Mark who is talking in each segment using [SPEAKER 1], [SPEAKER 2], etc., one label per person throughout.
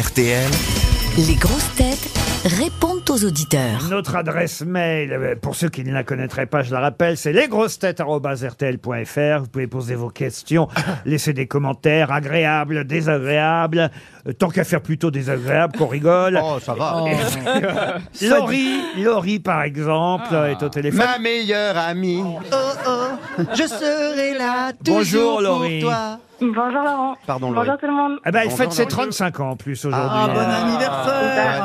[SPEAKER 1] RTL.
[SPEAKER 2] Les grosses têtes répondent aux auditeurs.
[SPEAKER 3] Notre adresse mail, euh, pour ceux qui ne la connaîtraient pas, je la rappelle, c'est lesgrossetêtes.rtl.fr. Vous pouvez poser vos questions, laisser des commentaires agréables, désagréables. Euh, Tant qu'à faire plutôt désagréable qu'on rigole.
[SPEAKER 4] Oh, ça va.
[SPEAKER 3] Laurie, Laurie, par exemple,
[SPEAKER 4] Ah.
[SPEAKER 3] est au téléphone.
[SPEAKER 4] Ma meilleure amie. Oh oh, je serai là toujours
[SPEAKER 3] Bonjour,
[SPEAKER 4] pour
[SPEAKER 3] Laurie.
[SPEAKER 4] toi.
[SPEAKER 5] Bonjour Laurent.
[SPEAKER 4] Pardon, Laurie.
[SPEAKER 5] Bonjour tout le monde.
[SPEAKER 3] Ah ben, elle
[SPEAKER 4] Bonjour,
[SPEAKER 3] fête ses
[SPEAKER 4] Laurie.
[SPEAKER 3] 35 ans en plus aujourd'hui.
[SPEAKER 4] Ah, bon
[SPEAKER 3] Euh,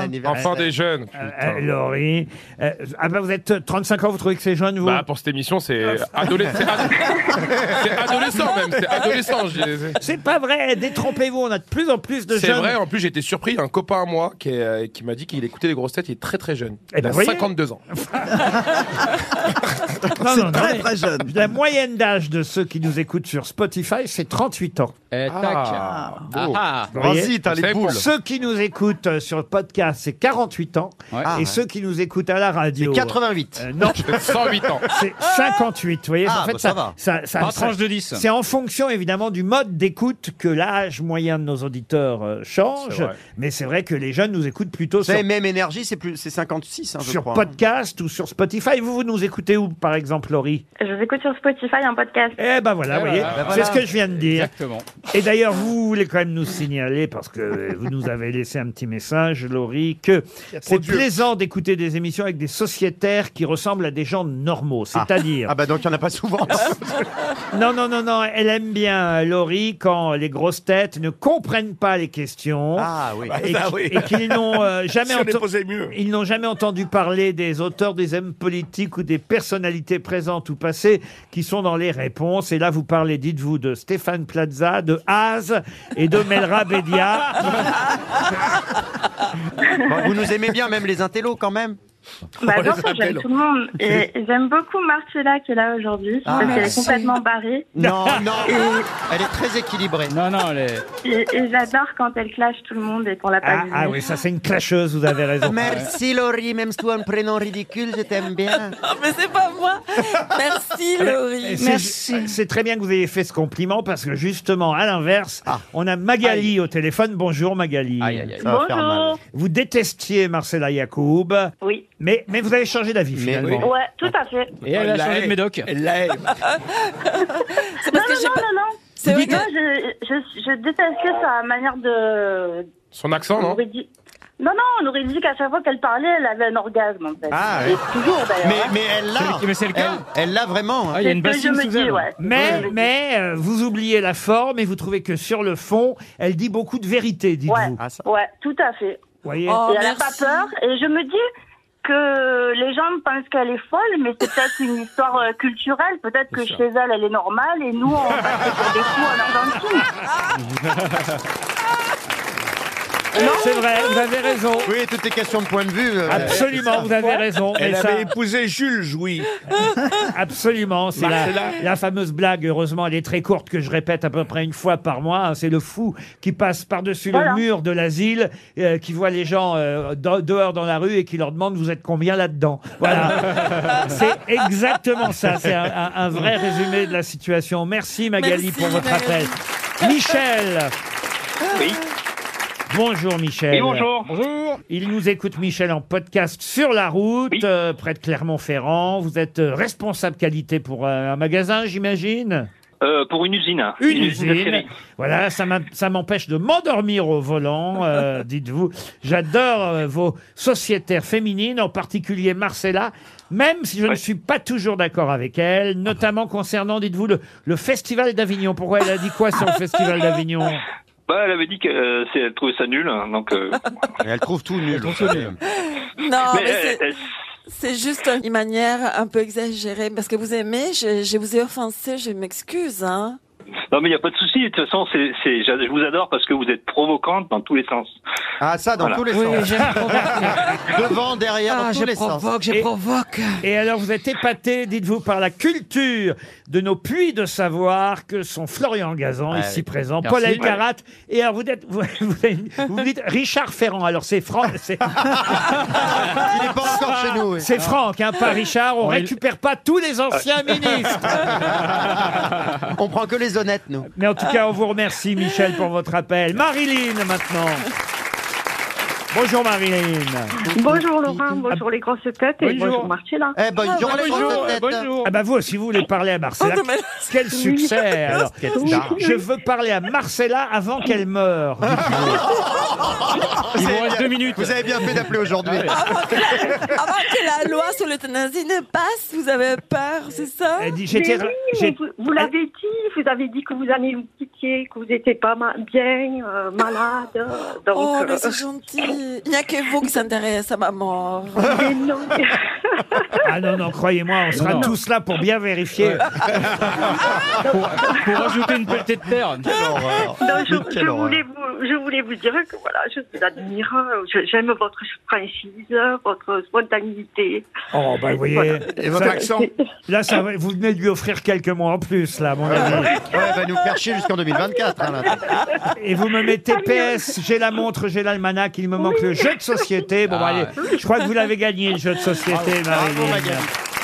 [SPEAKER 4] anniversaire.
[SPEAKER 5] Bon
[SPEAKER 6] Enfant des jeunes.
[SPEAKER 3] euh,
[SPEAKER 6] putain.
[SPEAKER 3] Laurie. Euh, ah ben, vous êtes 35 ans, vous trouvez que c'est jeune, vous
[SPEAKER 6] Bah, pour cette émission,
[SPEAKER 3] euh,
[SPEAKER 6] c'est adoles- c'est ado- c'est adolescent même. C'est adolescent. je disais.
[SPEAKER 3] C'est pas vrai, détrompez-vous, on a de plus en plus de
[SPEAKER 6] C'est
[SPEAKER 3] jeunes.
[SPEAKER 6] vrai, en plus j'étais surpris, un copain à moi qui, est, euh, qui m'a dit qu'il écoutait les grosses têtes, il est très très jeune.
[SPEAKER 3] Eh
[SPEAKER 6] Il
[SPEAKER 3] ben,
[SPEAKER 6] a
[SPEAKER 3] voyez.
[SPEAKER 6] 52 ans.
[SPEAKER 3] Non, non, non,
[SPEAKER 4] Très
[SPEAKER 3] mais-
[SPEAKER 4] très jeune.
[SPEAKER 3] La moyenne d'âge de ceux qui nous écoutent sur Spotify, c'est 38 ans.
[SPEAKER 6] Ah, beau.
[SPEAKER 3] Vous voyez
[SPEAKER 4] Vas-y, t'as
[SPEAKER 6] Vous
[SPEAKER 4] les
[SPEAKER 6] savez
[SPEAKER 4] boules.
[SPEAKER 6] pourquoi
[SPEAKER 3] Ceux qui nous écoutent euh, sur le podcast, c'est 48 ans. et
[SPEAKER 4] Ah, ouais.
[SPEAKER 3] ceux qui nous écoutent à la radio.
[SPEAKER 4] 88.
[SPEAKER 3] euh, non,
[SPEAKER 6] C'est 108 ans.
[SPEAKER 3] c'est 58. Vous voyez,
[SPEAKER 4] Ah,
[SPEAKER 3] en fait,
[SPEAKER 4] bah, ça va.
[SPEAKER 3] ça, ça- ça-
[SPEAKER 7] de 10.
[SPEAKER 3] c'est en fonction évidemment du mode d'écoute que l'âge moyen de nos auditeurs euh, change.
[SPEAKER 6] C'est vrai.
[SPEAKER 3] Mais c'est vrai que les jeunes nous écoutent plutôt
[SPEAKER 4] Vous
[SPEAKER 3] sur,
[SPEAKER 4] savez, même énergie, c'est plus, c'est 56, hein, je
[SPEAKER 3] sur
[SPEAKER 4] crois.
[SPEAKER 3] podcast ou sur Spotify. Vous, vous nous écoutez où, par exemple, Laurie
[SPEAKER 5] Je vous écoute sur Spotify un podcast.
[SPEAKER 3] Eh ben voilà,
[SPEAKER 7] Eh
[SPEAKER 3] vous voyez,
[SPEAKER 7] voilà.
[SPEAKER 4] Ben
[SPEAKER 3] c'est
[SPEAKER 4] voilà.
[SPEAKER 3] ce que je viens de dire.
[SPEAKER 7] Exactement.
[SPEAKER 3] Et d'ailleurs, vous voulez quand même nous signaler, parce que vous nous avez laissé un petit message, Laurie, que c'est plaisant d'écouter des émissions avec des sociétaires qui ressemblent à des gens normaux. C'est-à-dire.
[SPEAKER 4] Ah bah donc il n'y en a pas souvent.
[SPEAKER 3] Non, non, non, non, elle aime bien, euh, Laurie, quand les grosses têtes ne comprennent pas les questions.
[SPEAKER 4] Ah oui.
[SPEAKER 3] Et, qui- et qu'ils n'ont euh, jamais, enten- ils n'ont jamais entendu parler des auteurs, des hommes politiques ou des personnalités présentes ou passées qui sont dans les réponses. Et là, vous parlez, dites-vous, de Stéphane Plaza, de Haas et de Melra Ah, Bédia.
[SPEAKER 4] Bon, vous nous aimez bien, même les intellos quand même.
[SPEAKER 5] Bah, bien
[SPEAKER 6] les
[SPEAKER 5] sûr,
[SPEAKER 6] appelle.
[SPEAKER 5] j'aime tout le monde. Et j'aime beaucoup Marcella qui est là aujourd'hui
[SPEAKER 4] Ah,
[SPEAKER 5] parce qu'elle est
[SPEAKER 4] merci.
[SPEAKER 5] complètement barrée.
[SPEAKER 4] Non, non. Elle est très équilibrée.
[SPEAKER 7] Non, non, les...
[SPEAKER 5] Et, et j'adore quand elle clash tout le monde et qu'on l'a pas
[SPEAKER 3] Ah,
[SPEAKER 5] vu.
[SPEAKER 3] ah oui, ça c'est une clasheuse, vous avez raison.
[SPEAKER 4] Merci Laurie, même si tu as un prénom ridicule, je t'aime bien.
[SPEAKER 8] Non, mais c'est pas moi. Merci,
[SPEAKER 3] Et
[SPEAKER 8] Laurie.
[SPEAKER 3] c'est- ah, C'est très bien que vous ayez fait ce compliment parce que justement, à l'inverse, on a Magali au téléphone. Bonjour Magali.
[SPEAKER 7] Ah. Aïe, aïe, aïe.
[SPEAKER 4] Ça va faire mal.
[SPEAKER 5] Bonjour.
[SPEAKER 3] Vous détestiez Marcella Yacoub,
[SPEAKER 5] Oui.
[SPEAKER 3] mais, mais vous avez changé d'avis finalement.
[SPEAKER 5] Ouais, tout à fait.
[SPEAKER 7] Et elle a changé de médoc.
[SPEAKER 8] C'est
[SPEAKER 5] Non,
[SPEAKER 8] parce que
[SPEAKER 5] non,
[SPEAKER 8] j'ai
[SPEAKER 5] non,
[SPEAKER 8] pas.
[SPEAKER 5] non, non.
[SPEAKER 8] C'est vrai
[SPEAKER 5] Non,
[SPEAKER 8] que-
[SPEAKER 5] je, je, je détestais sa manière de.
[SPEAKER 6] Son accent,
[SPEAKER 5] on
[SPEAKER 6] non
[SPEAKER 5] aurait dit- Non, non, on aurait dit qu'à chaque fois qu'elle parlait, elle avait un orgasme en fait.
[SPEAKER 4] Ah,
[SPEAKER 5] Et
[SPEAKER 4] oui.
[SPEAKER 5] toujours d'ailleurs.
[SPEAKER 4] Mais, mais elle l'a.
[SPEAKER 7] Mais c'est le
[SPEAKER 4] Elle
[SPEAKER 7] cas.
[SPEAKER 4] elle l'a vraiment. hein.
[SPEAKER 7] Ah, il y a
[SPEAKER 5] C'est
[SPEAKER 7] une
[SPEAKER 5] ce que je
[SPEAKER 7] bassine
[SPEAKER 5] me
[SPEAKER 7] sous
[SPEAKER 5] dis,
[SPEAKER 7] elle.
[SPEAKER 5] ouais.
[SPEAKER 3] Mais, mais euh, vous oubliez la forme et vous trouvez que sur le fond, elle dit beaucoup de vérité, dites-vous.
[SPEAKER 5] Ouais,
[SPEAKER 4] Ah, ça-
[SPEAKER 5] ouais, tout à fait.
[SPEAKER 3] Vous voyez
[SPEAKER 8] Oh,
[SPEAKER 5] et elle n'a pas
[SPEAKER 8] merci.
[SPEAKER 5] peur. Et je me dis que les gens pensent qu'elle est folle, mais c'est peut-être une histoire euh, culturelle. Peut-être que chez elle, elle est normale et nous, on passe pour des fous en Argentine.
[SPEAKER 3] C'est vrai, vous avez raison.
[SPEAKER 4] Oui, toutes les questions de point de vue. euh,
[SPEAKER 3] Ah. Absolument, vous avez raison. mais ça-
[SPEAKER 9] épousé Jules Jouy.
[SPEAKER 3] absolument, c'est la, la fameuse blague. Heureusement, elle est très courte que je répète à peu près une fois par mois. hein, C'est le fou qui passe par-dessus
[SPEAKER 5] Voilà.
[SPEAKER 3] le mur de l'asile, euh, qui voit les gens euh, de- dehors dans la rue et qui leur demande vous êtes combien là-dedans. Voilà, c'est exactement ça. C'est un, un- un vrai résumé de la situation. Merci Magali
[SPEAKER 8] Merci,
[SPEAKER 3] pour votre
[SPEAKER 8] Magali.
[SPEAKER 3] appel. Michel. Bonjour Michel.
[SPEAKER 7] Bonjour.
[SPEAKER 3] Il nous écoute, Michel, en podcast sur la route, euh, près de Clermont-Ferrand. Vous êtes euh, responsable qualité pour euh, un magasin, j'imagine
[SPEAKER 10] Euh, pour une usine.
[SPEAKER 3] Une
[SPEAKER 10] de
[SPEAKER 3] usine.
[SPEAKER 10] série.
[SPEAKER 3] Voilà, ça m'im- ça m'empêche de m'endormir au volant, euh, dites-vous. J'adore euh, vos sociétaires féminines, en particulier Marcella, même si je ne
[SPEAKER 10] Ouais.
[SPEAKER 3] suis pas toujours d'accord avec elle, notamment concernant, dites-vous, le, le Festival d'Avignon. Pourquoi elle a dit quoi sur le Festival d'Avignon
[SPEAKER 10] Bah, elle avait dit qu'elle trouvait ça nul, hein, donc. euh,
[SPEAKER 4] Et Elle trouve tout nul.
[SPEAKER 8] Non,
[SPEAKER 10] mais
[SPEAKER 8] Ah,
[SPEAKER 10] euh,
[SPEAKER 8] mais
[SPEAKER 10] elle-
[SPEAKER 8] c'est-
[SPEAKER 10] elle-
[SPEAKER 8] c'est juste une manière un peu exagérée. Parce que vous aimez, je, je vous ai offensé, je m'excuse. Hein.
[SPEAKER 10] non, mais il n'y a pas de souci. De toute façon, c'est, c'est- j'a- je vous adore parce que vous êtes provocante dans tous les sens.
[SPEAKER 4] Ah, ça, dans
[SPEAKER 10] Voilà.
[SPEAKER 4] tous les sens. Devant, derrière, dans tous les sens.
[SPEAKER 3] Et-
[SPEAKER 8] Ah, je provoque.
[SPEAKER 3] Et alors, vous êtes épaté, dites-vous, par la culture de nos puits de savoir que sont Florian Gazan,
[SPEAKER 4] Ouais,
[SPEAKER 3] ici
[SPEAKER 4] oui.
[SPEAKER 3] présent,
[SPEAKER 7] Merci.
[SPEAKER 3] Paul Elkarat, et alors vous dites, vous, vous- vous dites Richard Ferrand. Alors, c'est Franck, c'est
[SPEAKER 4] Il n'est pas encore chez nous. oui.
[SPEAKER 3] c'est Franck, hein, pas Richard. On
[SPEAKER 7] Ouais, il-
[SPEAKER 3] récupère pas tous les anciens ministres.
[SPEAKER 4] On prend que les honnêtes, nous.
[SPEAKER 3] Mais en tout cas, on vous remercie, Michel, pour votre appel. Marilyn, maintenant. Bonjour Marilyn.
[SPEAKER 5] Bonjour Laurent, bonjour les grosses têtes et
[SPEAKER 7] Bonjour.
[SPEAKER 5] bonjour Marcella.
[SPEAKER 4] Eh ben, ils ont les grosses
[SPEAKER 7] Bonjour,
[SPEAKER 4] têtes.
[SPEAKER 7] bonjour.
[SPEAKER 3] Ah bah vous aussi, vous voulez parler à Marcella.
[SPEAKER 8] Oh, non, mais-
[SPEAKER 3] Quel succès alors. Je veux parler à Marcella avant qu'elle meure.
[SPEAKER 7] Il
[SPEAKER 4] Vous
[SPEAKER 7] vous
[SPEAKER 4] avez
[SPEAKER 7] reste deux
[SPEAKER 4] bien-
[SPEAKER 7] minutes.
[SPEAKER 4] Vous avez bien fait d'appeler aujourd'hui.
[SPEAKER 8] Avant que la loi sur l'euthanasie ne passe, vous avez peur, c'est ça
[SPEAKER 3] Elle dit
[SPEAKER 5] Mais
[SPEAKER 3] j'étais
[SPEAKER 5] oui, mais
[SPEAKER 3] j'ai-
[SPEAKER 5] vous, vous l'avez dit, vous avez dit que vous allez vous quitter, que vous n'étiez pas ma- bien, euh, malade. euh, Donc,
[SPEAKER 8] Oh, mais
[SPEAKER 5] euh,
[SPEAKER 8] c'est gentil. Il n'y a que vous qui s'intéresse à ma mort.
[SPEAKER 5] mais non.
[SPEAKER 3] Ah non non, croyez-moi, on sera
[SPEAKER 7] non.
[SPEAKER 3] tous là pour bien vérifier.
[SPEAKER 7] Pour, pour rajouter une pelletée de terre.
[SPEAKER 5] Non, je,
[SPEAKER 4] Mais quelle
[SPEAKER 5] je
[SPEAKER 4] horreur.
[SPEAKER 5] voulais vous, je voulais vous dire que voilà, je vous admire, euh, je- j'aime votre franchise, votre spontanéité.
[SPEAKER 3] Oh bah vous voyez,
[SPEAKER 1] Et votre
[SPEAKER 3] ça-
[SPEAKER 1] accent
[SPEAKER 3] là ça va- vous venez de lui offrir quelques mois en plus là, à mon
[SPEAKER 4] Ouais,
[SPEAKER 3] ami.
[SPEAKER 4] elle va nous faire chier jusqu'en 2024. hein, là.
[SPEAKER 3] Et vous me mettez PS, j'ai la montre, j'ai l'almanach, il me manque le jeu de société. Bon, bah,
[SPEAKER 7] Ah,
[SPEAKER 3] allez, je crois que vous l'avez gagné, le jeu de société,
[SPEAKER 4] Bravo,
[SPEAKER 3] Marilyn.
[SPEAKER 4] Magali.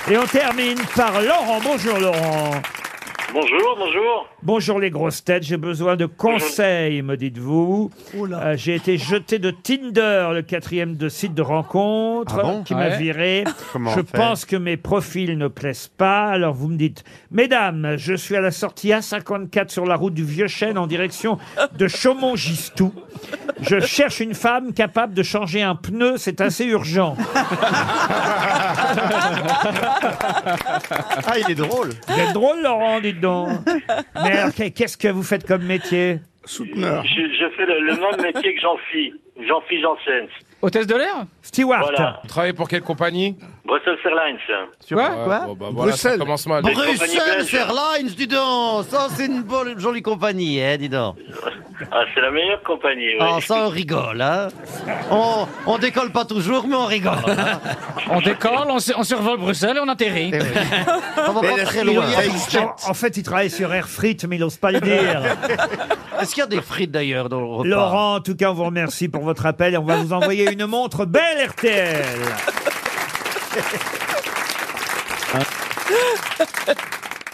[SPEAKER 3] Et on termine par Laurent. Bonjour, Laurent.
[SPEAKER 10] Bonjour, bonjour.
[SPEAKER 3] Bonjour, les grosses têtes. J'ai besoin de conseils, me dites-vous.
[SPEAKER 4] Oh
[SPEAKER 3] Euh, j'ai été jeté de Tinder, le quatrième de site de rencontre,
[SPEAKER 4] Ah bon
[SPEAKER 3] qui
[SPEAKER 7] Ouais.
[SPEAKER 3] m'a viré.
[SPEAKER 4] Comment
[SPEAKER 3] je
[SPEAKER 4] on fait
[SPEAKER 3] pense que mes profils ne plaisent pas. Alors, vous me dites, mesdames, je suis à la sortie A54 sur la route du Vieux-Chêne en direction de Chaumont-Gistoux. Je cherche une femme capable de changer un pneu, c'est assez urgent.
[SPEAKER 4] Ah, il est drôle.
[SPEAKER 3] Vous êtes drôle, Laurent, dites donc. Mais alors, qu'est-ce que vous faites comme métier
[SPEAKER 1] Souteneur.
[SPEAKER 10] Je, je fais le, le même métier que Jean-Phi. Jean-Phi Janssen.
[SPEAKER 7] Hôtesse de l'air
[SPEAKER 3] Stewart.
[SPEAKER 10] Voilà.
[SPEAKER 6] Vous travaillez pour quelle compagnie
[SPEAKER 10] Brussels Airlines.
[SPEAKER 7] Quoi
[SPEAKER 4] Quoi
[SPEAKER 6] Ouais, bon, bah, voilà, ça
[SPEAKER 1] Bruxelles.
[SPEAKER 6] commence mal.
[SPEAKER 10] Bru- compagnie
[SPEAKER 4] Bruxelles
[SPEAKER 10] belge.
[SPEAKER 4] Airlines, dis donc Ça, c'est une bonne, jolie compagnie, hein, dis donc.
[SPEAKER 10] Ah, c'est la meilleure compagnie, oui.
[SPEAKER 4] Ah, ça, on rigole, hein. On, on décolle pas toujours, mais on rigole. hein. Eh
[SPEAKER 7] On décolle, on, se- on survole Bruxelles et on atterrit.
[SPEAKER 4] On va pas très loin.
[SPEAKER 3] En, en fait, il travaille sur Air Frites, mais il n'ose pas le dire.
[SPEAKER 4] Est-ce qu'il y a des frites, d'ailleurs, dans le repas
[SPEAKER 3] Laurent, en tout cas, on vous remercie pour votre appel et on va vous envoyer une montre belle RTL.